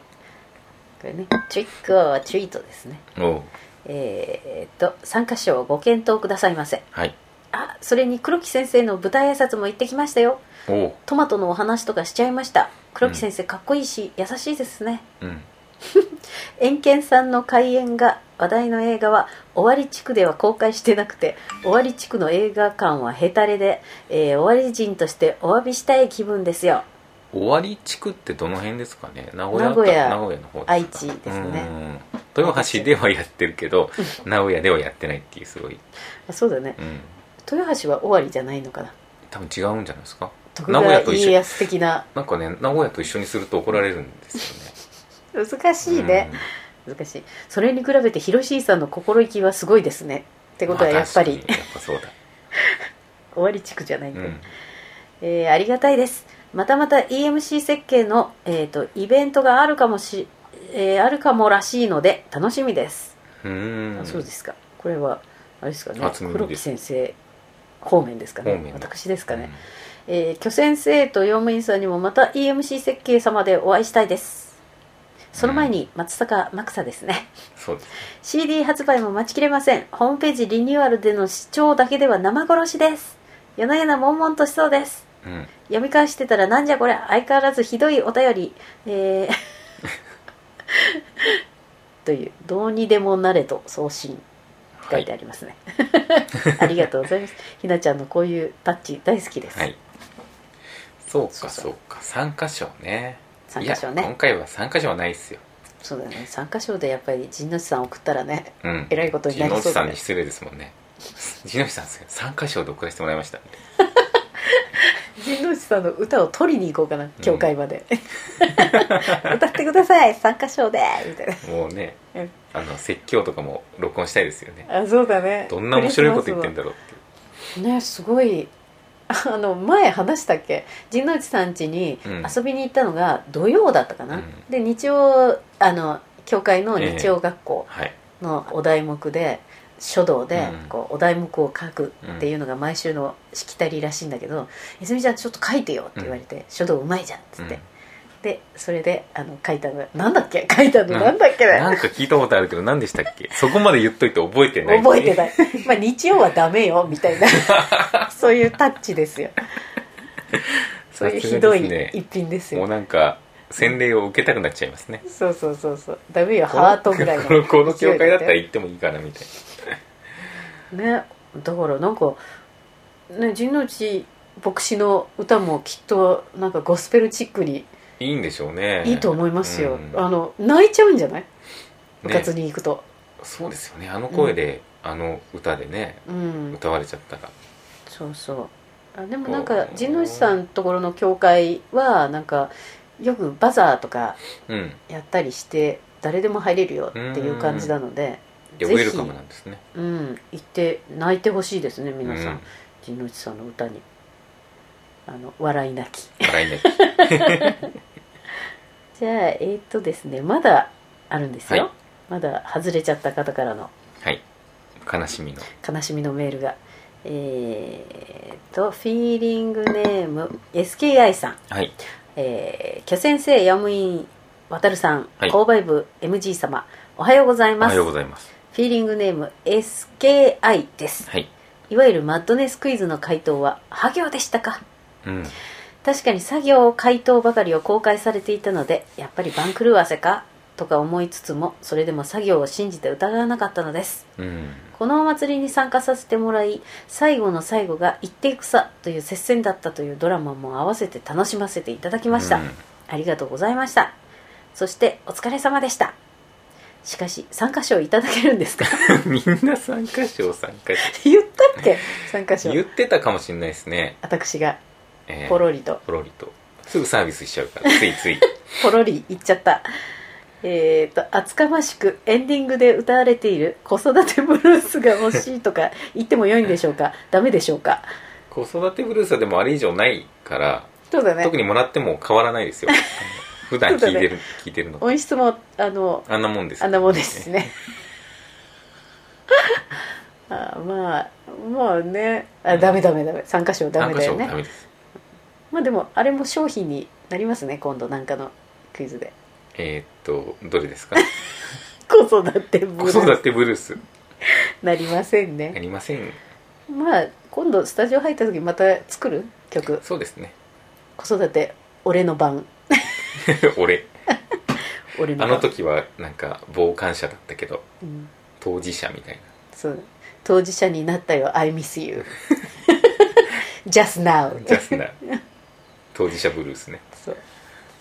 [SPEAKER 2] これね、トリックオアトリートですね。
[SPEAKER 3] おう
[SPEAKER 2] えーっと、参加賞をご検討くださいませ。
[SPEAKER 3] はい
[SPEAKER 2] あ、それに黒木先生の舞台挨拶も行ってきましたよ。
[SPEAKER 3] おう
[SPEAKER 2] トマトのお話とかしちゃいました。黒木先生かっこいいし、優しいですね。
[SPEAKER 3] うん
[SPEAKER 2] エンケンさんの開演が話題の映画は尾張地区では公開してなくて尾張地区の映画館はヘタレで、えー、尾張人としてお詫びしたい気分ですよ
[SPEAKER 3] 終わり地区ってどの辺ですかね名古屋
[SPEAKER 2] 名古屋
[SPEAKER 3] 名古屋の方ですか
[SPEAKER 2] 愛知ですね
[SPEAKER 3] うん豊橋ではやってるけど名古屋ではやってないっていうすごい、
[SPEAKER 2] あそうだね
[SPEAKER 3] うん、
[SPEAKER 2] 豊橋は尾張じゃないのかな
[SPEAKER 3] 多分違うんじゃないですか
[SPEAKER 2] 徳
[SPEAKER 3] 名古屋と
[SPEAKER 2] 川
[SPEAKER 3] 一
[SPEAKER 2] 家
[SPEAKER 3] 緒
[SPEAKER 2] 康的な
[SPEAKER 3] なんかね名古屋と一緒にすると怒られるんです
[SPEAKER 2] 難し
[SPEAKER 3] よね
[SPEAKER 2] いね、難しいそれに比べて広重さんの心意気はすごいですねって
[SPEAKER 3] うん
[SPEAKER 2] ことはやっぱり
[SPEAKER 3] まあ確かにやっぱそうだ、
[SPEAKER 2] 尾張地区じゃないん
[SPEAKER 3] う
[SPEAKER 2] だ、
[SPEAKER 3] ん、
[SPEAKER 2] えーありがたいですまたまた EMC 設計の、えー、とイベントがあるかもし、えーあるかもらしいので楽しみです <laughs>
[SPEAKER 3] うん
[SPEAKER 2] あそうですかこれはあれですかね
[SPEAKER 3] 初耳です
[SPEAKER 2] 黒木先生方面ですか
[SPEAKER 3] 方
[SPEAKER 2] ね
[SPEAKER 3] 面
[SPEAKER 2] 私ですかね、えー巨先生と用務員さんにもまた EMC 設計様でお会いしたいですその前に松坂マクサですね、
[SPEAKER 3] うんそうです
[SPEAKER 2] CD 発売も待ちきれませんホームページリニューアルでの視聴だけでは生殺しです夜な夜な悶々としそうです
[SPEAKER 3] うん
[SPEAKER 2] 読み返してたらなんじゃこれ相変わらずひどいお便りえー <laughs> という「どうにでもなれと送信」書いてありますね、 <laughs> ありがとうございますひなちゃんのこういうタッチ大好きです、
[SPEAKER 3] はいそうか
[SPEAKER 2] そ
[SPEAKER 3] そう
[SPEAKER 2] そう
[SPEAKER 3] か3箇所ね
[SPEAKER 2] 参加賞
[SPEAKER 3] いや今
[SPEAKER 2] ね
[SPEAKER 3] 回は3箇所はないっすよ
[SPEAKER 2] そうだね参加賞でやっぱり陣内さん送ったらね
[SPEAKER 3] うん
[SPEAKER 2] えらいことになりそう
[SPEAKER 3] 地主
[SPEAKER 2] だ
[SPEAKER 3] さん
[SPEAKER 2] ね
[SPEAKER 3] に失礼ですもんね地主さんす3箇所で送らせてもらいました
[SPEAKER 2] 陣内さんの歌を取りに行こうかな教会まで、 <laughs> 歌ってください参加賞でみたい
[SPEAKER 3] もうね
[SPEAKER 2] うん
[SPEAKER 3] あの説教とかも録音したいですよね
[SPEAKER 2] なあそうだね
[SPEAKER 3] どんな面白いこと言ってんだろうっていう
[SPEAKER 2] ねすごいあの前話したっけ陣内さん家に
[SPEAKER 3] うん
[SPEAKER 2] 遊びに行ったのが土曜だったかな、
[SPEAKER 3] うん
[SPEAKER 2] で日曜あの教会の日曜学校
[SPEAKER 3] はい
[SPEAKER 2] のお題目で、書道で
[SPEAKER 3] うん
[SPEAKER 2] こうお題目を書くっていうのが毎週のしきたりらしいんだけど「泉ちゃんちょっと書いてよ」って言われて「書道うまいじゃん」っつって、
[SPEAKER 3] うん
[SPEAKER 2] でそれであの書いたのなんだっけ書いたのなんだっけだよ
[SPEAKER 3] なんか聞いたことあるけど何でしたっけそこまで言っといて覚えてない
[SPEAKER 2] 覚えて
[SPEAKER 3] い
[SPEAKER 2] ないまあ日曜はダメよみたいなそういうタッチですよそういうひどい一品です
[SPEAKER 3] もう
[SPEAKER 2] よ
[SPEAKER 3] なんか洗礼を受けたくなっちゃいますね
[SPEAKER 2] そうそうそうそうダメよハートぐらいの
[SPEAKER 3] このこの
[SPEAKER 2] 勢
[SPEAKER 3] 教
[SPEAKER 2] いだ
[SPEAKER 3] 会だ
[SPEAKER 2] よ
[SPEAKER 3] ったら行ってもいいかなみたい
[SPEAKER 2] ねだからなんか、ね、神之内牧師の歌もきっとなんかゴスペルチックに
[SPEAKER 3] ないいんでしょうね
[SPEAKER 2] いいと思いますよ、
[SPEAKER 3] うん
[SPEAKER 2] あの泣いちゃうんじゃない部
[SPEAKER 3] ね
[SPEAKER 2] 活に行くと、
[SPEAKER 3] そうですよねあの声で、あの歌でね
[SPEAKER 2] うん
[SPEAKER 3] 歌われちゃったら
[SPEAKER 2] そうそうあでもなんか神之内さんところの教会はなんかよくバザーとか
[SPEAKER 3] うん
[SPEAKER 2] やったりして誰でも入れるよっていう感じなので
[SPEAKER 3] いやウ
[SPEAKER 2] ぜひ
[SPEAKER 3] ェルカムなんですね
[SPEAKER 2] うん、行って泣いてほしいですね皆さん、
[SPEAKER 3] うん
[SPEAKER 2] 神之内さんの歌にあの笑い泣き
[SPEAKER 3] 笑い泣き
[SPEAKER 2] <laughs> じゃあえーっとですねまだあるんですよ、
[SPEAKER 3] はい
[SPEAKER 2] まだ外れちゃった方からの
[SPEAKER 3] はい悲しみの
[SPEAKER 2] 悲しみのメールがえーっとフィーリングネーム SKI さん
[SPEAKER 3] はい
[SPEAKER 2] えー、キャ先生ヤムインワタルさん、
[SPEAKER 3] はい
[SPEAKER 2] 購買部 MG 様おはようござい
[SPEAKER 3] お
[SPEAKER 2] ま
[SPEAKER 3] は
[SPEAKER 2] す
[SPEAKER 3] ようございます
[SPEAKER 2] フィーリングネーム SKI です
[SPEAKER 3] はい
[SPEAKER 2] いわゆるマッドネスクイズの回答は「は行」でしたか
[SPEAKER 3] うん
[SPEAKER 2] 確かに作業回答ばかりを公開されていたのでやっぱり番狂わせかとか思いつつもそれでも作業を信じて疑わなかったのです
[SPEAKER 3] うん
[SPEAKER 2] このお祭りに参加させてもらい最後の最後が「行っていくさ」という接戦だったというドラマも合わせて楽しませていただきました、
[SPEAKER 3] うん <laughs>
[SPEAKER 2] ありがとうございましたそしてお疲れ様でしたしかし参加賞いただけるんですか <laughs>
[SPEAKER 3] みんな参加賞参加
[SPEAKER 2] 言ったって参加賞
[SPEAKER 3] 賞言ってたかもしれないですね、
[SPEAKER 2] 私が
[SPEAKER 3] えー
[SPEAKER 2] ポロリと
[SPEAKER 3] ポロリとすぐサービスしちゃうからつい
[SPEAKER 2] <laughs>
[SPEAKER 3] つい
[SPEAKER 2] ポロリ言っちゃったえっと厚かましくエンディングで歌われている子育てブルースが欲しいとか言っても良いんでしょうかダメでしょうか
[SPEAKER 3] 子育てブルースはでもあれ以上ないから
[SPEAKER 2] そうだね
[SPEAKER 3] 特にもらっても変わらないです
[SPEAKER 2] <laughs>
[SPEAKER 3] よ普段聞いてる、聞いてるの
[SPEAKER 2] 音質もあの
[SPEAKER 3] あんなもんです
[SPEAKER 2] あ
[SPEAKER 3] よ
[SPEAKER 2] んなもんです
[SPEAKER 3] <laughs>
[SPEAKER 2] ねあまあまあねあダメダメダメ参加賞ダメだよね
[SPEAKER 3] 参加賞ダメです
[SPEAKER 2] まあでもあれも商品になりますね今度なんかのクイズで
[SPEAKER 3] えーっとどれ
[SPEAKER 2] <laughs>
[SPEAKER 3] ですか
[SPEAKER 2] 子育てブ
[SPEAKER 3] 子
[SPEAKER 2] ルー
[SPEAKER 3] 育てブルース
[SPEAKER 2] なりません
[SPEAKER 3] あ
[SPEAKER 2] ね
[SPEAKER 3] りません
[SPEAKER 2] まあ今度スタジオ入った時また作る曲
[SPEAKER 3] そうですね <laughs>
[SPEAKER 2] 子育て俺の番
[SPEAKER 3] 俺
[SPEAKER 2] 俺の
[SPEAKER 3] あ
[SPEAKER 2] 番
[SPEAKER 3] の時はなんか傍観者だったけど
[SPEAKER 2] うん、
[SPEAKER 3] 当事者みたい
[SPEAKER 2] そう当事者になったよ I miss you <laughs> just now <laughs>
[SPEAKER 3] なジャスな当事者ブルースね
[SPEAKER 2] そう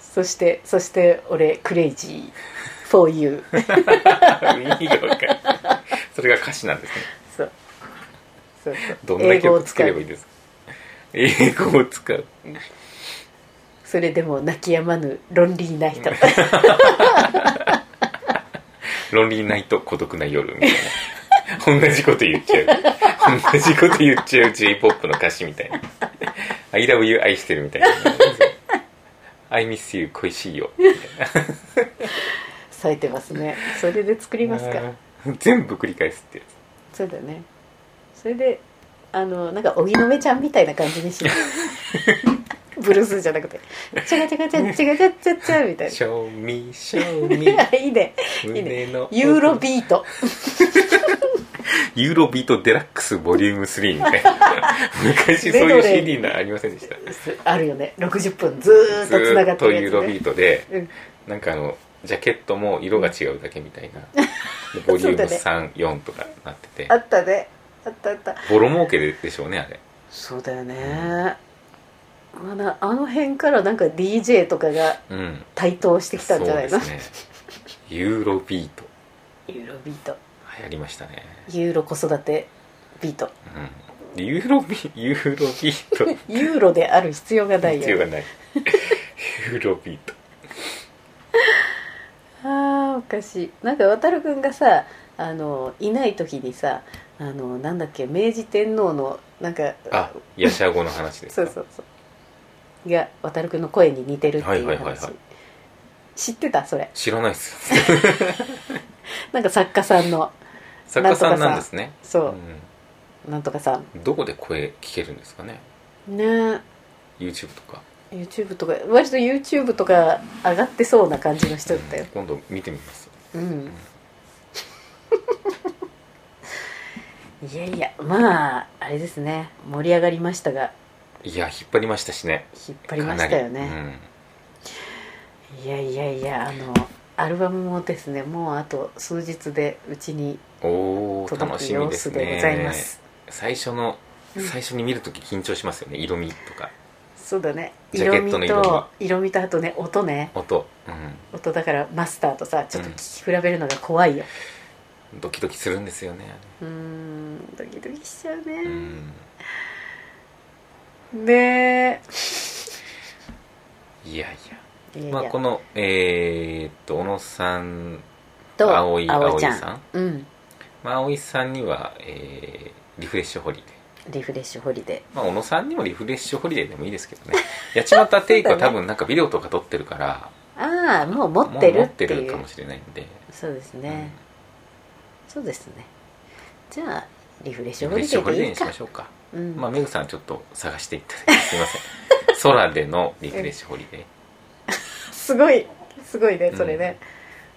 [SPEAKER 2] そしてそして俺クレイジー for you
[SPEAKER 3] 意味が分かるそれが歌詞なんですね
[SPEAKER 2] そうそうそう
[SPEAKER 3] どんな
[SPEAKER 2] 英語を
[SPEAKER 3] 曲
[SPEAKER 2] 使
[SPEAKER 3] 作ればいいですか英語を使う
[SPEAKER 2] それでも泣き止まぬロンリーナイ
[SPEAKER 3] <laughs>
[SPEAKER 2] ト
[SPEAKER 3] ロンリーナイト孤独な夜みたいな同じこと言っちゃう同じこと言っちゃう J−POP の歌詞みたいな「I love you 愛してる」みたいな「I miss you 恋しいよ」
[SPEAKER 2] 咲いてますねそれで作りますか
[SPEAKER 3] 全部繰り返すってや
[SPEAKER 2] そうだねそれであのなんか荻野目ちゃんみたいな感じにしない
[SPEAKER 3] <laughs>
[SPEAKER 2] ブルースじゃなくてチャガチャガチャチャガチャチャチャみたい
[SPEAKER 3] つ「Show me show
[SPEAKER 2] ない
[SPEAKER 3] me
[SPEAKER 2] <laughs> やいいねいいね
[SPEAKER 3] 胸の
[SPEAKER 2] ユーロビート
[SPEAKER 3] ユーロビートデラックスボリューム3」み
[SPEAKER 2] <laughs>
[SPEAKER 3] たいな昔そういう CD なありませんでした
[SPEAKER 2] あるよね60分ずーっとつながってる
[SPEAKER 3] ずー
[SPEAKER 2] や
[SPEAKER 3] っと
[SPEAKER 2] つ
[SPEAKER 3] ユーロビ
[SPEAKER 2] ね
[SPEAKER 3] ートで、
[SPEAKER 2] うん
[SPEAKER 3] なんかあのジャケットも色が違うだけみ
[SPEAKER 2] <laughs>
[SPEAKER 3] たいなでボリューム
[SPEAKER 2] そう
[SPEAKER 3] 34、とかなってて
[SPEAKER 2] あったねあったあった
[SPEAKER 3] ボロ儲けででしょうねあれ
[SPEAKER 2] そうだよね、まあなあの辺からなんか DJ とかが
[SPEAKER 3] うん
[SPEAKER 2] 台頭してきたんじゃないの、
[SPEAKER 3] そうですねユーロビート
[SPEAKER 2] ユーロビート
[SPEAKER 3] 流行りましたね、
[SPEAKER 2] ユーロ子育てビート
[SPEAKER 3] うん、でユーロビユーロビート
[SPEAKER 2] ユーロである必要が <laughs> ないよ
[SPEAKER 3] 必要がないユーロビート
[SPEAKER 2] あーおかしいなんか渡るくんがさあのいない時にさあのなんだっけ明治天皇のなんか
[SPEAKER 3] あヤシャゴの話です
[SPEAKER 2] そうそうそうが渡るくんの声に似てるっていう話、
[SPEAKER 3] はいはいはいはい
[SPEAKER 2] 知ってたそれ
[SPEAKER 3] 知らないっす
[SPEAKER 2] なんか作家さんの
[SPEAKER 3] 作家さんなんですね
[SPEAKER 2] そう、なんとかさ
[SPEAKER 3] うん、どこで声聞けるんですかね
[SPEAKER 2] んね
[SPEAKER 3] YouTube とか
[SPEAKER 2] YouTube とか割と YouTube とか上がってそうな感じの人だったよ
[SPEAKER 3] 今度見てみます
[SPEAKER 2] うん <laughs> いやいやまああれですね盛り上がりましたが
[SPEAKER 3] いや引っ張りましたしね
[SPEAKER 2] 引っ張りましたよね、
[SPEAKER 3] かなり
[SPEAKER 2] いやいやいやあのアルバムもですねもうあと数日でうちに
[SPEAKER 3] おお
[SPEAKER 2] 届
[SPEAKER 3] 楽
[SPEAKER 2] く
[SPEAKER 3] しみ
[SPEAKER 2] 様
[SPEAKER 3] で
[SPEAKER 2] 子
[SPEAKER 3] す
[SPEAKER 2] で
[SPEAKER 3] ね
[SPEAKER 2] ございます
[SPEAKER 3] 最初の
[SPEAKER 2] うん
[SPEAKER 3] 最初に見るとき緊張しますよね色味とか
[SPEAKER 2] そうだね
[SPEAKER 3] ジャケ
[SPEAKER 2] 色
[SPEAKER 3] ッ
[SPEAKER 2] 味と
[SPEAKER 3] トの色味
[SPEAKER 2] 色味とあとね音ね
[SPEAKER 3] 音、
[SPEAKER 2] 音だからマスターとさちょっと
[SPEAKER 3] うん
[SPEAKER 2] 聞き比べるのが怖いよ
[SPEAKER 3] うん、ドキドキするんですよね
[SPEAKER 2] うーんドキドキしちゃう
[SPEAKER 3] あれう
[SPEAKER 2] ね、
[SPEAKER 3] ん
[SPEAKER 2] ね
[SPEAKER 3] いやい
[SPEAKER 2] えいや
[SPEAKER 3] や
[SPEAKER 2] い
[SPEAKER 3] まあ
[SPEAKER 2] や
[SPEAKER 3] このえー、っと小野さん
[SPEAKER 2] と
[SPEAKER 3] 葵葵
[SPEAKER 2] 葵ち
[SPEAKER 3] さ
[SPEAKER 2] ゃ
[SPEAKER 3] ん
[SPEAKER 2] んうん
[SPEAKER 3] まあ葵さんには、えー、リフレッシュホリデー
[SPEAKER 2] リフレッシュホリデ
[SPEAKER 3] まあ、小野さんにもリフレッシュホリデーでもいいですけど
[SPEAKER 2] <laughs>
[SPEAKER 3] ね八幡テイクは多分なんかビデオとか撮ってるから
[SPEAKER 2] ーああもう持って
[SPEAKER 3] もう
[SPEAKER 2] る
[SPEAKER 3] 持
[SPEAKER 2] っ
[SPEAKER 3] ってて
[SPEAKER 2] い
[SPEAKER 3] る
[SPEAKER 2] う
[SPEAKER 3] かもしれないんで
[SPEAKER 2] そうです
[SPEAKER 3] う
[SPEAKER 2] ね
[SPEAKER 3] ん、
[SPEAKER 2] そうですねじゃあリフレッシ
[SPEAKER 3] リ
[SPEAKER 2] ュ
[SPEAKER 3] フ
[SPEAKER 2] ホ
[SPEAKER 3] レッ
[SPEAKER 2] リ
[SPEAKER 3] シ
[SPEAKER 2] デ
[SPEAKER 3] ュホ
[SPEAKER 2] ー
[SPEAKER 3] リデ
[SPEAKER 2] で
[SPEAKER 3] ー
[SPEAKER 2] いい
[SPEAKER 3] にし
[SPEAKER 2] か
[SPEAKER 3] ましょうか
[SPEAKER 2] うん
[SPEAKER 3] まあメグさんちょっと探していた
[SPEAKER 2] <laughs>
[SPEAKER 3] だいてすいません空でのリフレッシュホリデー
[SPEAKER 2] すごいすごいね
[SPEAKER 3] うん
[SPEAKER 2] それね、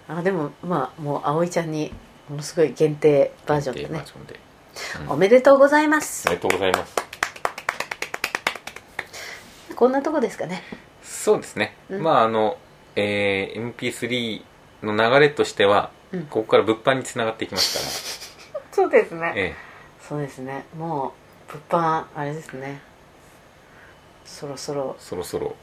[SPEAKER 2] あでもまあもう葵ちゃんにものすごい限定バージョンで
[SPEAKER 3] バ
[SPEAKER 2] ね
[SPEAKER 3] ージョンで、うん
[SPEAKER 2] お
[SPEAKER 3] お
[SPEAKER 2] めでとうございます
[SPEAKER 3] めでとうございます
[SPEAKER 2] こんなとこですかね
[SPEAKER 3] そうですね、
[SPEAKER 2] うん
[SPEAKER 3] まああの、えー MP3 の流れとしては、
[SPEAKER 2] うん
[SPEAKER 3] ここから物販につながっていきます
[SPEAKER 2] そうです <laughs>
[SPEAKER 3] から、え
[SPEAKER 2] そうですねもう物販あれですねそろそろ
[SPEAKER 3] えそろそろ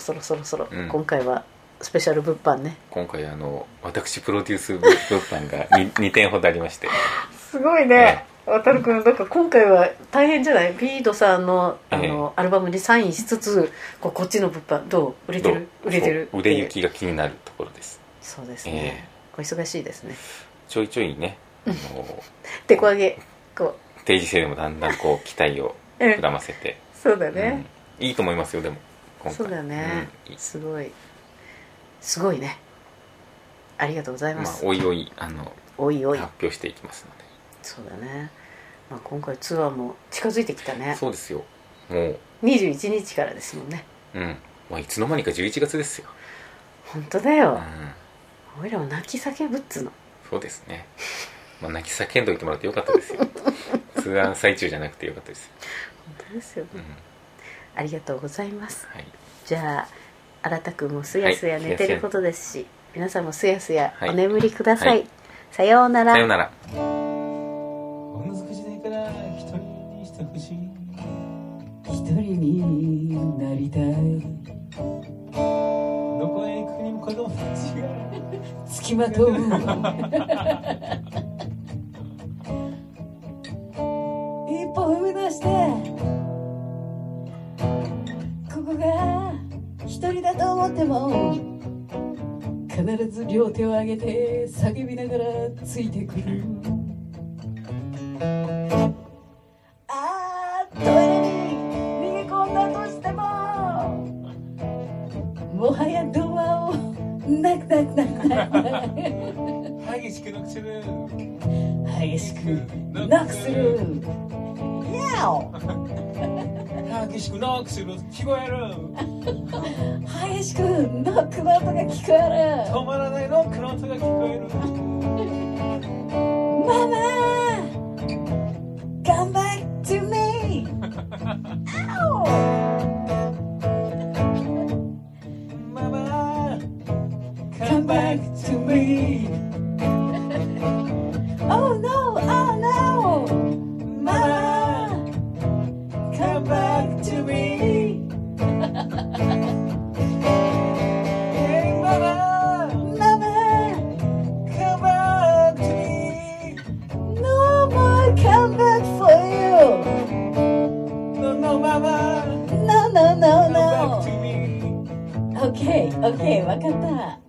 [SPEAKER 2] そろそろそろそろ、
[SPEAKER 3] うん
[SPEAKER 2] 今回はスペシャル物販ね
[SPEAKER 3] 今回あの私プロデュース物物販が 2, 点ほどありまして
[SPEAKER 2] すごい
[SPEAKER 3] ね
[SPEAKER 2] 渡るくんなんか今回は大変じゃないビードさんのあ
[SPEAKER 3] え
[SPEAKER 2] の、アルバムにサインしつつこうこっちの物販どう売れてる
[SPEAKER 3] どう
[SPEAKER 2] 売れてる
[SPEAKER 3] そう
[SPEAKER 2] って
[SPEAKER 3] 売れ
[SPEAKER 2] いう
[SPEAKER 3] 行きが気になるところです
[SPEAKER 2] そうですね、お忙しいですね
[SPEAKER 3] ちょいちょいねあの
[SPEAKER 2] 手こ上げこ
[SPEAKER 3] 定時制でもだんだんこう期待を
[SPEAKER 2] う、うん
[SPEAKER 3] 膨らませて、
[SPEAKER 2] そうだね、
[SPEAKER 3] うんいいと思いますよでも今回
[SPEAKER 2] そうだね、
[SPEAKER 3] うんいい
[SPEAKER 2] すごいすごいねありがとうございま
[SPEAKER 3] まあ
[SPEAKER 2] す、
[SPEAKER 3] おいおいあの
[SPEAKER 2] おいおい
[SPEAKER 3] 発表していきますので
[SPEAKER 2] そうだね、まあ、今回ツアーも近づいてきたね
[SPEAKER 3] そうですよもう
[SPEAKER 2] 21日からですもんね
[SPEAKER 3] うん、まあ、いつの間にか11月ですよ、
[SPEAKER 2] 本当だ
[SPEAKER 3] うん
[SPEAKER 2] よ、、おいらを泣き叫ぶっつの
[SPEAKER 3] そうですね、まあ、泣き叫んどいてもらってよかった
[SPEAKER 2] <laughs>
[SPEAKER 3] ですよ通案最中じゃなくてよかったですよ、
[SPEAKER 2] 本当ですよ
[SPEAKER 3] うん
[SPEAKER 2] ねありがとうございます
[SPEAKER 3] はい、
[SPEAKER 2] じゃあ新たくんもすやすや
[SPEAKER 3] はい
[SPEAKER 2] 寝てることですし、皆さんもすやすや
[SPEAKER 3] はい
[SPEAKER 2] お眠りください、
[SPEAKER 3] はい
[SPEAKER 2] さようなら
[SPEAKER 3] さようなら
[SPEAKER 4] お難しないから一人にしてほしい一人になりたいどこへ行くにも子供たちが付きまとう一歩踏み出してここが一人だと思っても必ず両手を上げて叫びながらついてくるあートイレに逃げ込んだとしてももはやドアをなくなくなくなく激しくノックする激しくノックするやお激しくノックする聞こえる激しくノックの音が聞こえる止まらないノックの音が聞こえるママ Come back to me! 青ママ Come back to me! <laughs> Oh no! Oh no! ママ Come back to me! ママママ Come back to me! No more come back for you. No, no, mama. No, no, no, no. Come back to me. Okay, okay, わかった。